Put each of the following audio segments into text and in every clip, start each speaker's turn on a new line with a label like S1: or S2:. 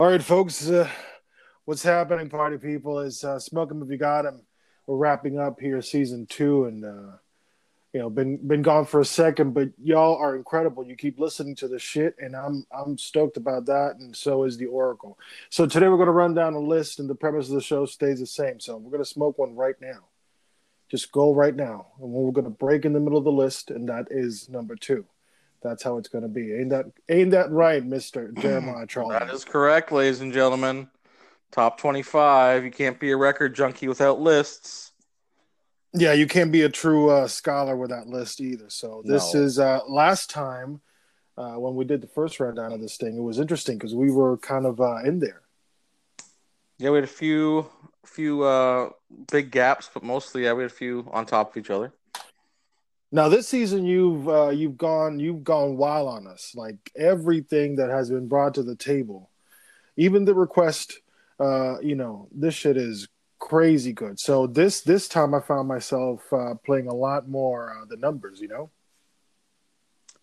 S1: All right, folks. Uh, what's happening, party people? Is uh, smoke 'em if you got 'em. We're wrapping up here, season two, and uh, you know, been been gone for a second, but y'all are incredible. You keep listening to the shit, and I'm I'm stoked about that, and so is the Oracle. So today we're going to run down a list, and the premise of the show stays the same. So we're going to smoke one right now. Just go right now, and we're going to break in the middle of the list, and that is number two. That's how it's going to be. Ain't that ain't that right, Mister Jeremiah Charles?
S2: That is correct, ladies and gentlemen. Top 25. You can't be a record junkie without lists.
S1: Yeah, you can't be a true uh, scholar with that list either. So this
S2: No.
S1: is uh, last time uh, when we did the first rundown of this thing. It was interesting because we were kind of uh, in there.
S2: Yeah, we had a few few uh big gaps, but mostly yeah, we had a few on top of each other.
S1: Now this season, you've uh, you've gone you've gone wild on us. Like everything that has been brought to the table, even the request. Uh, you know, this shit is crazy good. So this this time, I found myself uh, playing a lot more uh, the numbers. You know.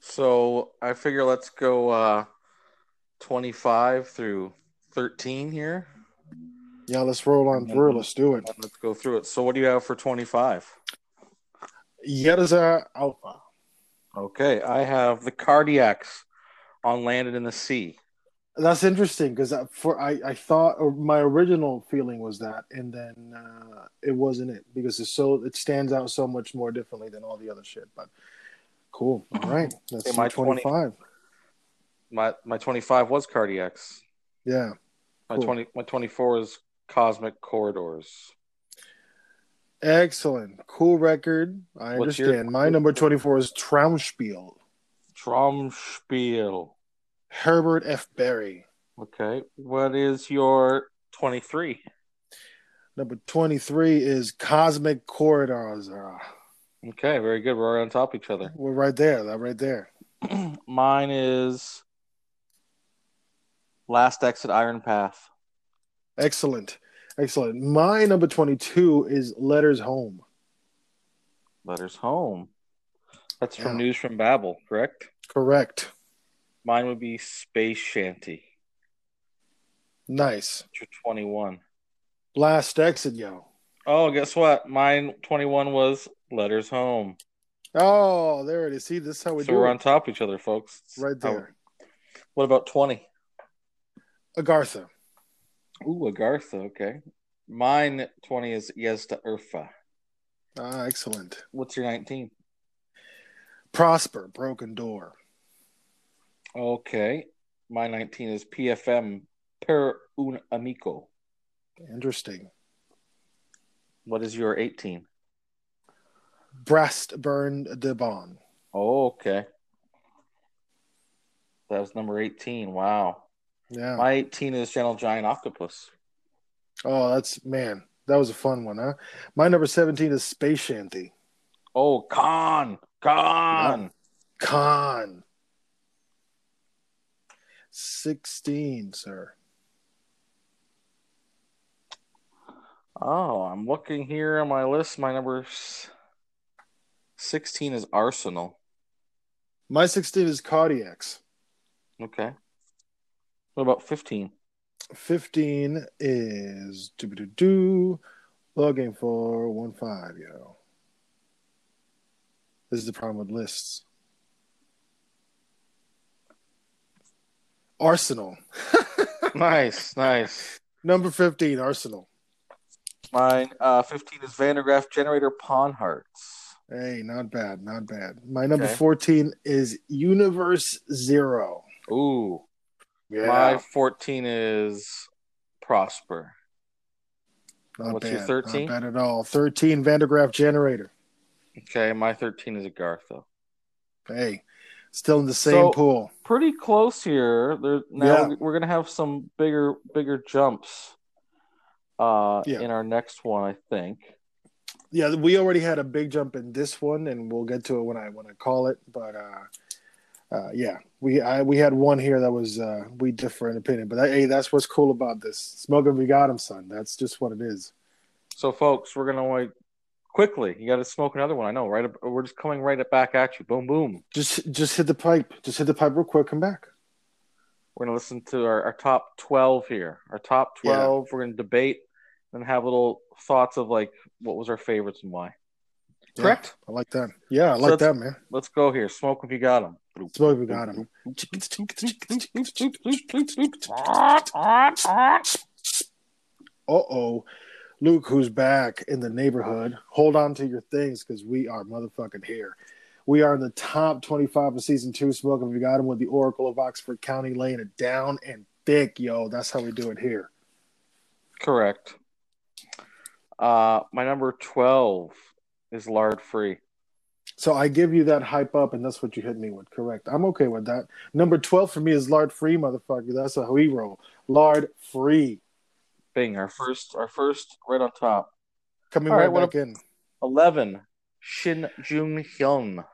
S2: So I figure let's go uh 25 through 13 here.
S1: Yeah, let's roll on through. Let's do it.
S2: Let's go through it. So what do you have for 25?
S1: Yerza Alpha.
S2: Okay, I have the cardiacs on landed in the sea.
S1: That's interesting because for I, I thought or my original feeling was that, and then uh, it wasn't it because it's so it stands out so much more differently than all the other shit. But cool, all right, that's
S2: Say my
S1: my twenty five.
S2: My my 25 was cardiacs.
S1: Yeah,
S2: My
S1: Cool.
S2: twenty my twenty four is cosmic corridors.
S1: excellent, cool record. I
S2: What's your-
S1: understand. My number twenty four is Traumspiel,
S2: Tromspiel.
S1: Herbert F. Berry.
S2: Okay. What is your twenty three?
S1: Number twenty three is Cosmic Corridors. Uh,
S2: Okay, very good. We're already on top of each other.
S1: We're right there. That right there.
S2: Mine is Last Exit Iron Path.
S1: Excellent, excellent. My number twenty two is Letters Home.
S2: Letters home. That's from
S1: Yeah.
S2: News from Babel, correct?
S1: Correct.
S2: Mine would be Space Shanty.
S1: Nice.
S2: which are Twenty one.
S1: Last exit, yo.
S2: Oh, guess what? Mine twenty one was Letters Home.
S1: Oh, there it is. See, this is how we
S2: so
S1: do
S2: we're
S1: it.
S2: on oh. top of each other, folks. It's
S1: right
S2: how-
S1: there.
S2: What about twenty?
S1: Agartha.
S2: Ooh, Agartha. Okay. Mine 20 is Yezda Urfa.
S1: Ah, excellent.
S2: What's your 19?
S1: Prosper, broken door.
S2: Okay. My 19 is PFM Per Un Amico.
S1: Interesting.
S2: What is your 18?
S1: Breast burned de bon.
S2: Oh, okay. That was number 18. Wow.
S1: Yeah.
S2: My 18 is Gentle Giant Octopus.
S1: oh, that's man. That was a fun one, huh? My number 17 is Space Shanty.
S2: Oh, Khan. Khan.
S1: Con. 16, sir.
S2: Oh, I'm looking here on my list. My number s- 16 is Arsenal.
S1: My 16 is Cardiacs.
S2: Okay. What about 15?
S1: 15 is doo doo doo logging for one five yo this is the problem with lists arsenal
S2: nice, nice.
S1: number 15 arsenal
S2: Mine, uh, 15 is Vandergraph Generator Pawn Hearts.
S1: hey not bad not bad my number
S2: Okay.
S1: 14 is universe zero
S2: Ooh.
S1: yeah
S2: My 14 is Prosper.
S1: not
S2: what's your
S1: bad
S2: 13?
S1: not bad at all 13 vandergraaf generator
S2: Okay, my 13 is Agartha.
S1: hey still in the same
S2: So-
S1: pool
S2: Pretty close here. There, now
S1: Yeah.
S2: we're going to have some bigger bigger jumps uh,
S1: Yeah.
S2: in our next one, I think.
S1: yeah we already had a big jump in this one and we'll get to it when i when i call it but uh uh yeah we i we had one here that was uh we differ in opinion but hey that's what's cool about this smoking we got him son that's just what it is
S2: So, folks, we're going to like quickly. You got to smoke another one. I know, right? We're just coming right back at you. Boom, boom.
S1: just just hit the pipe just hit the pipe real quick come back
S2: We're gonna listen to our, our top twelve here. Our top
S3: Yeah.
S2: twelve. We're gonna debate and have little thoughts of like what was our favorites and why.
S1: Yeah.
S2: Correct.
S1: I like that. Yeah, I
S2: So
S1: like that,
S2: that's-
S1: man.
S2: Let's go here. Smoke if you got them.
S1: Smoke we got him. Uh oh. Luke, who's back in the neighborhood, hold on to your things because we are motherfucking here. We are in the top 25 of season two. Smoke if you got him with the Oracle of Oxford County laying it down and thick, yo. That's how we do it here.
S2: Correct. Uh, my number twelve is lard free.
S1: So I give you that hype up, and that's what you hit me with. Correct. I'm okay with that. Number 12 for me is lard free, motherfucker. That's how we roll. Lard free.
S2: Bing. Our first. Our first. Right on top.
S1: Coming
S2: All
S1: right,
S2: right, what
S1: back in.
S2: 11 Shin Jung Hyun.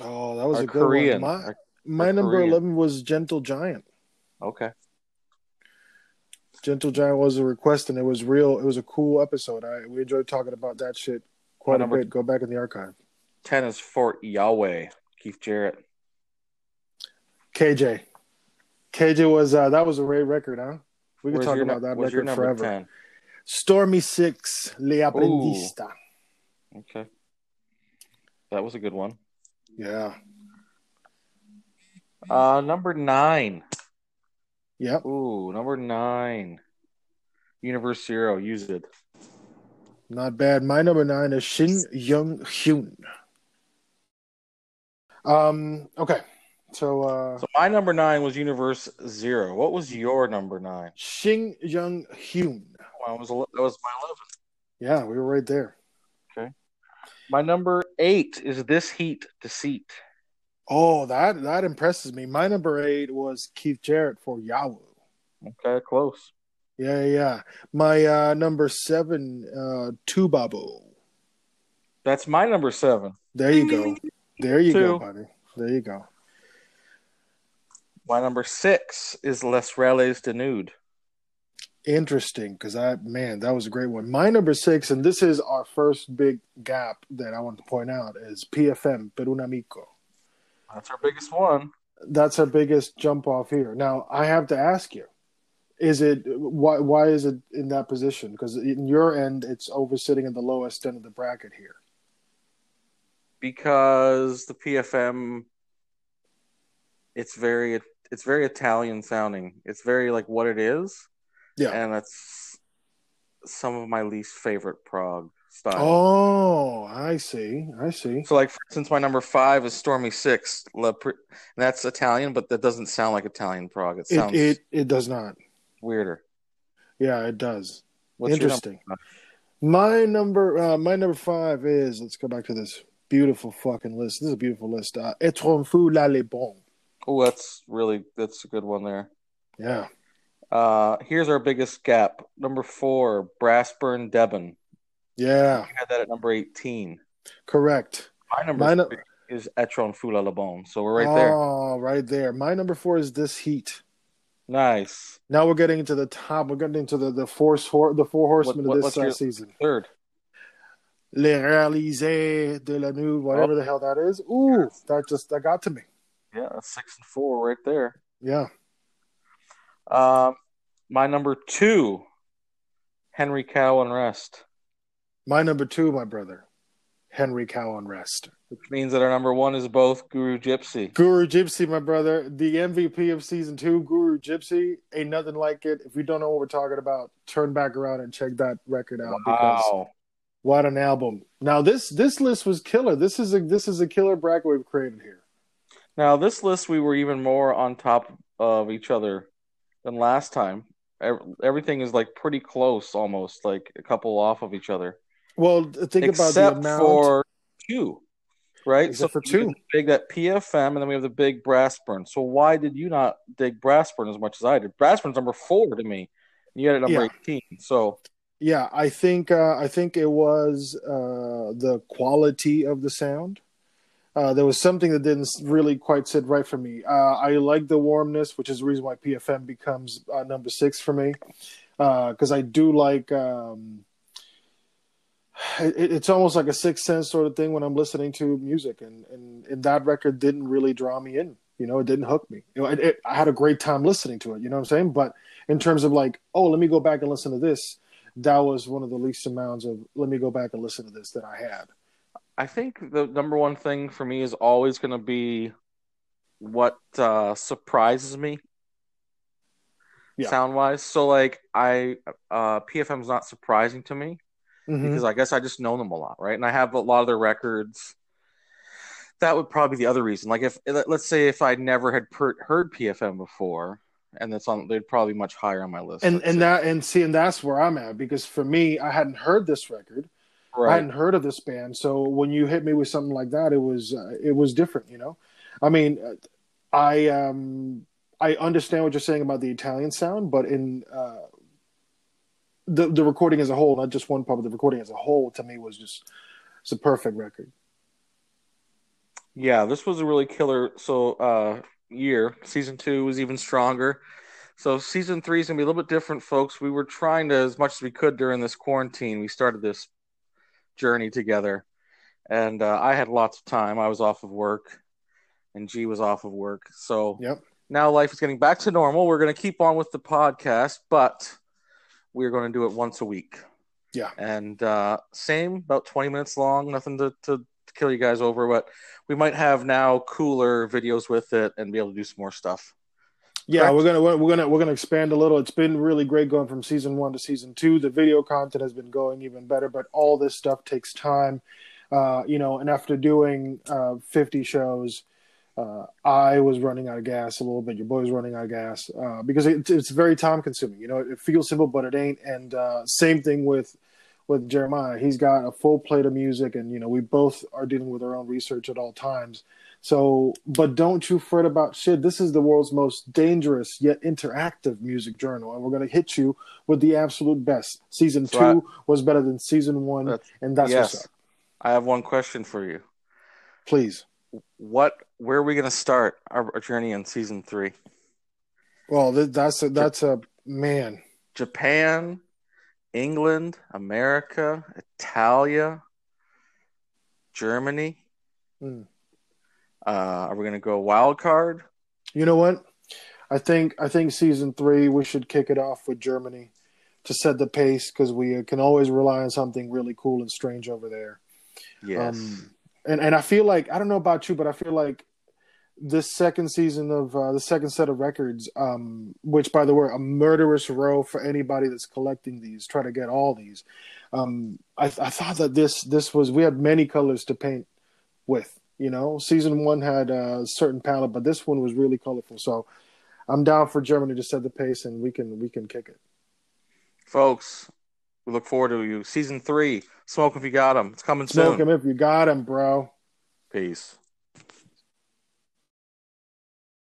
S1: Oh, that was
S2: our
S1: a good
S2: Korean.
S1: one. My,
S2: Our-
S1: my number
S2: Korean.
S1: 11 was Gentle Giant.
S2: okay.
S1: Gentle Giant was a request, and it was real. It was a cool episode. I we enjoyed talking about that shit
S2: My
S1: quite a
S2: number-
S1: bit. Go back in the archive.
S2: 10 is Fort Yahweh. Keith Jarrett.
S1: KJ, KJ was uh, that was a Ray record, huh? We could
S2: Where's
S1: talk
S2: your nu-
S1: about that
S2: where's your
S1: record
S2: number
S1: forever. Stormy Six, Le Apprendista.
S2: 10. Okay. That was a good one.
S1: Yeah, Hmm.
S2: Uh, number 9.
S1: yep.
S2: Ooh, number 9. Universe Zero. Use it.
S1: Not bad. My number nine is Shin Young Hyun. Um. Okay. So, uh,
S2: So my number 9 was Universe Zero. What was your number 9?
S1: Shin Young Hyun.
S2: Well, it was, ele- that was my 11.
S1: Yeah, we were right there.
S2: My number 8 is This Heat Deceit.
S1: Oh, that that impresses me. My number eight was Keith Jarrett for Yahoo.
S2: Okay, close.
S1: Yeah, yeah. My uh, number seven, uh, Tubabo.
S2: That's my number 7.
S1: There you go. There you go,
S2: Two.
S1: buddy. There you go.
S2: My number six is Les Rallies Denude.
S1: Interesting, because I man, that was a great one. My number six, and this is our first big gap that I want to point out is PFM Per un amico.
S2: That's our biggest one.
S1: that's our biggest jump off here. Now I have to ask you, is it why why is it in that position? Because in your end, it's over sitting in the lowest end of the bracket here.
S2: Because the PFM it's very it's very Italian sounding. It's very like what it is.
S1: Yeah.
S2: And that's some of my least favorite prog style.
S1: Oh, I see. I see.
S2: So like for instance my number five is Stormy Six. La Pri- and that's Italian, but that doesn't sound like Italian prog. It sounds
S1: It, it it does not.
S2: weirder.
S1: Yeah, it does.
S2: What's your number?
S1: Interesting. My number uh, my number five is let's go back to this beautiful fucking list. This is a beautiful list. Uh, Etron Fou La Le Bon.
S2: Oh, that's really that's a good one there.
S1: Yeah.
S2: Uh, here's our biggest gap. Number four, Brassburn Devon.
S1: Yeah.
S2: We had that at number 18.
S1: Correct.
S2: My number
S1: My nu-
S2: three is Etron Fula Lebon. So we're right there.
S1: Oh, right there. My number four is this heat.
S2: Nice.
S1: Now we're getting into the top. We're getting into the the force hor- the four horsemen
S2: what-
S1: of
S2: what's
S1: this uh,
S2: your-
S1: season.
S2: Third.
S1: Les Réalisés de la Nude,
S2: Oh.
S1: whatever the hell that is. Ooh, that just that got to me.
S2: Yeah, that's six and four right there.
S1: Yeah.
S2: Um, my number two, Henry Cow Unrest,
S1: My number two, my brother, Henry Cow on rest.
S2: which means that our number one is both Guru Gypsy.
S1: Guru Gypsy, my brother, the MVP of season two. Guru Gypsy, ain't nothing like it. If you don't know what we're talking about, turn back around and check that record out. because
S2: Wow.
S1: What an album! Now this this list was killer. This is a this is a killer bracket we've created here.
S2: Now, this list, we were even more on top of each other than last time. Ev- Everything is like pretty close, almost like a couple off of each other.
S1: Well, think about the
S2: except
S1: amount.
S2: for two, right?
S1: Except for
S2: we did
S1: two.
S2: the big that PFM, and then we have the big Brassburn. So why did you not dig Brassburn as much as I did? Brassburn's number four to me. and You had it number
S1: Yeah.
S2: eighteen. So
S1: Yeah, I think uh, I think it was uh, the quality of the sound. Uh, there was something that didn't really quite sit right for me. Uh, I like the warmness, which is the reason why PFM becomes uh, number six for me, because I do like. Um, it, it's almost like a sixth sense sort of thing when I'm listening to music, and, and and that record didn't really draw me in. You know, it didn't hook me. You know, it, it, I had a great time listening to it. You know what I'm saying? But in terms of like, oh, let me go back and listen to this, that was one of the least amounts of let me go back and listen to this that I had.
S2: I think the number one thing for me is always going to be what uh, surprises me
S1: Yeah.
S2: sound wise. So like I uh, PFM's not surprising to me
S1: Mm-hmm.
S2: because I guess I just know them a lot, right? And I have a lot of their records. That would probably be the other reason. Like if let- let's say if I never had per- heard PFM before, and that's on, they'd probably be much higher on my list.
S1: And
S2: let's
S1: and
S2: say.
S1: that and see and that's where I'm at because for me, I hadn't heard this record. I
S2: right,
S1: hadn't heard of this band. So when you hit me with something like that, it was uh, it was different, you know. I mean, uh, I um I understand what you're saying about the Italian sound, but in uh, the the recording as a whole, not just one part, but the recording as a whole, to me was just it's a perfect record.
S2: yeah, this was a really killer. So uh, year season two was even stronger. So season three is gonna be a little bit different, folks. We were trying to as much as we could during this quarantine. We started this journey together, and uh, I had lots of time. I was off of work, and G was off of work. So
S1: Yep.
S2: now life is getting back to normal. We're gonna keep on with the podcast, but we're gonna do it once a week.
S1: Yeah.
S2: and uh, same about twenty minutes long. Nothing to, to kill you guys over, but we might have now cooler videos with it and be able to do some more stuff.
S1: Yeah,
S2: Correct.
S1: we're gonna we're we're gonna we're gonna expand a little. It's been really great going from season one to season two. The video content has been going even better, but all this stuff takes time, uh, you know. And after doing uh, fifty shows, uh, I was running out of gas a little bit. Your boy was running out of gas uh, because it, it's very time consuming. You know, it, feels simple, but it ain't. And uh, same thing with with Jeremiah. He's got a full plate of music, and you know, we both are dealing with our own research at all times. So, but don't you fret about shit. This is the world's most dangerous yet interactive music journal, and we're gonna hit you with the absolute best. Season
S2: So
S1: two was better than season one,
S2: That's-
S1: and that's what's
S2: yes,
S1: up.
S2: I have one question for you.
S1: Please.
S2: What? Where are we gonna start our, our journey in season three?
S1: Well, th- that's a, that's a man.
S2: Japan, England, America, Italia, Germany.
S1: Hmm.
S2: Uh, are we going to go wild card?
S1: You know what? I think I think season three we should kick it off with Germany to set the pace because we uh, can always rely on something really cool and strange over there.
S2: Yes.
S1: Um, and and I feel like I don't know about you, but I feel like this second season of uh, the second set of records, um, which by the way, a murderous row for anybody that's collecting these, try to get all these. Um, I, I thought that this this was we had many colors to paint with. You know, season one had a certain palette, but this one was really colorful. So I'm down for Germany to set the pace, and we can we can kick it.
S2: Folks, we look forward to you. Season three, Smoke If You Got 'Em. It's coming
S1: Smoke
S2: soon.
S1: him if you got him, bro.
S2: Peace.